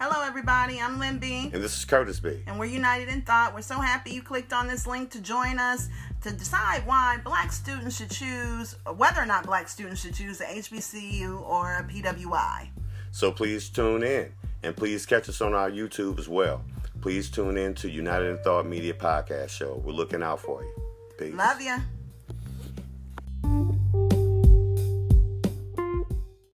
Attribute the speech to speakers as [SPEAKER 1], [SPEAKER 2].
[SPEAKER 1] Hello, everybody. I'm Lynn B.
[SPEAKER 2] And this is Curtis B.
[SPEAKER 1] And we're united in thought. We're so happy you clicked on this link to join us to decide why black students should choose, whether or not black students should choose a HBCU or a PWI.
[SPEAKER 2] So please tune in and please catch us on our YouTube as well. Please tune in to United in Thought Media Podcast Show. We're looking out for you. Peace.
[SPEAKER 1] Love ya.